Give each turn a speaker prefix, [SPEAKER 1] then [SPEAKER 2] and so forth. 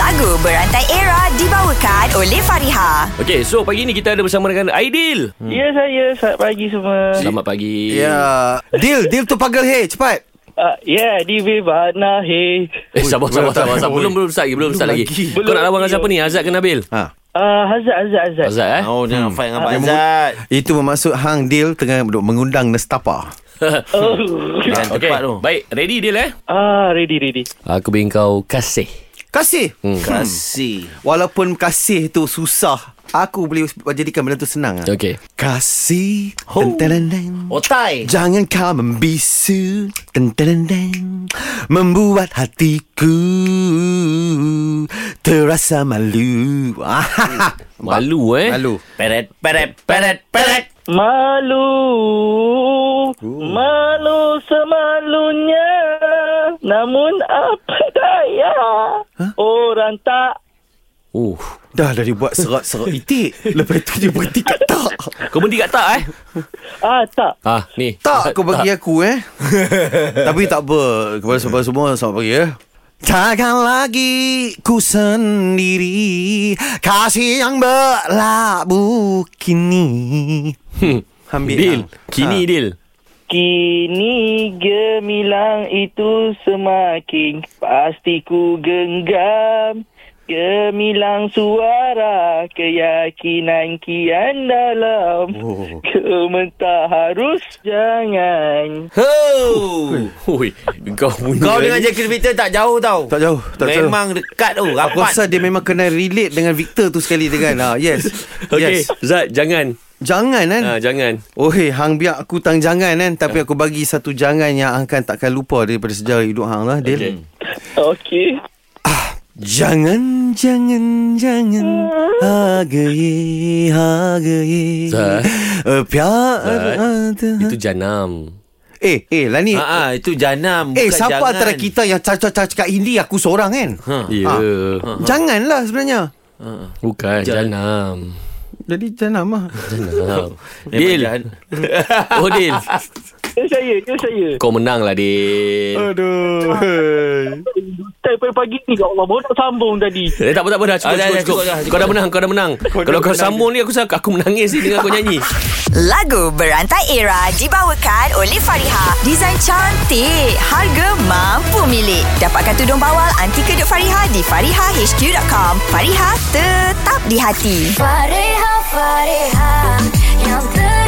[SPEAKER 1] Lagu Berantai Era dibawakan oleh Fariha.
[SPEAKER 2] Okey, so pagi ni kita ada bersama dengan Aidil.
[SPEAKER 3] Ya saya Selamat pagi semua
[SPEAKER 2] Selamat pagi.
[SPEAKER 4] Ya. Deal, deal tu pagal hey, cepat.
[SPEAKER 3] uh, Ya yeah, di Vivana Hey
[SPEAKER 2] Eh, sabar,
[SPEAKER 4] Ui,
[SPEAKER 2] sabar,
[SPEAKER 4] berantai.
[SPEAKER 2] sabar. sabar. Belum, belum start lagi. Belum, start lagi.
[SPEAKER 3] Belum
[SPEAKER 2] Kau nak lawan dengan
[SPEAKER 3] lagi.
[SPEAKER 2] siapa ni? Azad ke Nabil?
[SPEAKER 4] Ha.
[SPEAKER 3] uh, Hazat Hazat Hazat
[SPEAKER 2] Azad eh?
[SPEAKER 5] Oh, jangan hmm. fight dengan Pak
[SPEAKER 4] Dia
[SPEAKER 5] Azad.
[SPEAKER 4] Itu bermaksud hang deal tengah duk mengundang
[SPEAKER 3] oh.
[SPEAKER 4] Nestapa.
[SPEAKER 5] Jangan
[SPEAKER 2] Okey,
[SPEAKER 5] tepat tu.
[SPEAKER 2] baik. Ready Dil eh?
[SPEAKER 3] Ah, ready ready
[SPEAKER 2] Aku beri kau kasih.
[SPEAKER 4] Kasih.
[SPEAKER 5] Kasih.
[SPEAKER 4] Walaupun kasih tu susah, aku boleh jadikan benda tu senang. ah.
[SPEAKER 2] Okey.
[SPEAKER 4] Kasih.
[SPEAKER 5] Ho.
[SPEAKER 4] Tentenendeng.
[SPEAKER 5] Otai.
[SPEAKER 4] Jangan kau membisu Tentenendeng Membuat hatiku Terasa malu
[SPEAKER 2] Malu eh?
[SPEAKER 4] Ah. Malu
[SPEAKER 5] Peret, peret, peret, peret.
[SPEAKER 3] Malu Malu semalunya Namun apa daya Orang tak
[SPEAKER 2] Oh.
[SPEAKER 4] Dah dah dia buat serat-serat itik Lepas tu dia berhenti kat tak
[SPEAKER 2] Kau berhenti kat tak eh?
[SPEAKER 3] Ah tak
[SPEAKER 2] Ah, ni.
[SPEAKER 4] Tak kau bagi aku eh Tapi tak apa Kepada semua semua Selamat pagi eh Takkan lagi ku sendiri Kasih yang berlabuh kini Ambil
[SPEAKER 2] Dil.
[SPEAKER 4] hang.
[SPEAKER 2] Kini
[SPEAKER 4] Ha.
[SPEAKER 2] Dil.
[SPEAKER 3] Kini gemilang itu semakin pasti ku genggam Gemilang suara keyakinan kian dalam oh. Kementah harus jangan
[SPEAKER 5] Ho.
[SPEAKER 2] Hui, kau punya.
[SPEAKER 5] Kau dengan Jackie Victor tak jauh tau.
[SPEAKER 4] Tak jauh tak jauh.
[SPEAKER 5] Memang dekat tu.
[SPEAKER 4] Aku
[SPEAKER 5] Rapat.
[SPEAKER 4] rasa dia memang kena relate dengan Victor tu sekali dengan ha, Yes
[SPEAKER 2] Okey,
[SPEAKER 4] Yes
[SPEAKER 2] Zat jangan.
[SPEAKER 4] Jangan kan
[SPEAKER 2] Ah, jangan.
[SPEAKER 4] Oh hey, hang biar aku tang jangan kan Tapi aku bagi satu jangan yang hang kan takkan lupa Daripada sejarah hidup hang lah Dil
[SPEAKER 2] Okey.
[SPEAKER 3] Okey
[SPEAKER 4] Jangan, jangan, jangan Hargai, hargai
[SPEAKER 2] Zat.
[SPEAKER 4] Eh, Piar
[SPEAKER 2] Itu janam.
[SPEAKER 4] Eh, eh lah ni
[SPEAKER 5] Ha, ha, itu janam.
[SPEAKER 4] Eh,
[SPEAKER 5] bukan
[SPEAKER 4] siapa
[SPEAKER 5] jangan.
[SPEAKER 4] antara kita yang cakap-cakap cakap Hindi Aku seorang kan
[SPEAKER 5] Ha.
[SPEAKER 2] Ya.
[SPEAKER 4] Ah. Janganlah sebenarnya
[SPEAKER 2] Bukan
[SPEAKER 5] Jan-
[SPEAKER 2] janam.
[SPEAKER 4] Jadi jangan lah
[SPEAKER 2] Janam.
[SPEAKER 5] Memang
[SPEAKER 2] Dil.
[SPEAKER 5] jahan-
[SPEAKER 2] Oh Dil.
[SPEAKER 3] Itu saya, itu saya
[SPEAKER 2] Kau menang lah Dil.
[SPEAKER 4] Aduh
[SPEAKER 3] Tadi pagi ni Ya Allah baru nak sambung tadi
[SPEAKER 2] Eh, tak apa tak apa dah cukup
[SPEAKER 5] Ah, dah,
[SPEAKER 2] cukup,
[SPEAKER 5] dah,
[SPEAKER 2] cukup.
[SPEAKER 5] cukup dah,
[SPEAKER 2] Kau
[SPEAKER 5] cukup
[SPEAKER 2] dah
[SPEAKER 5] dah.
[SPEAKER 2] menang kau dah menang. Kalau kau sambung ni aku sa- aku menangis ni dengar kau nyanyi.
[SPEAKER 1] Lagu Berantai Era dibawakan oleh Fariha. Desain cantik, harga mampu milik. Dapatkan tudung bawal anti kedut Fariha di farihahq.com. Fariha tetap di hati.
[SPEAKER 6] Fareha, Fareha, yang ter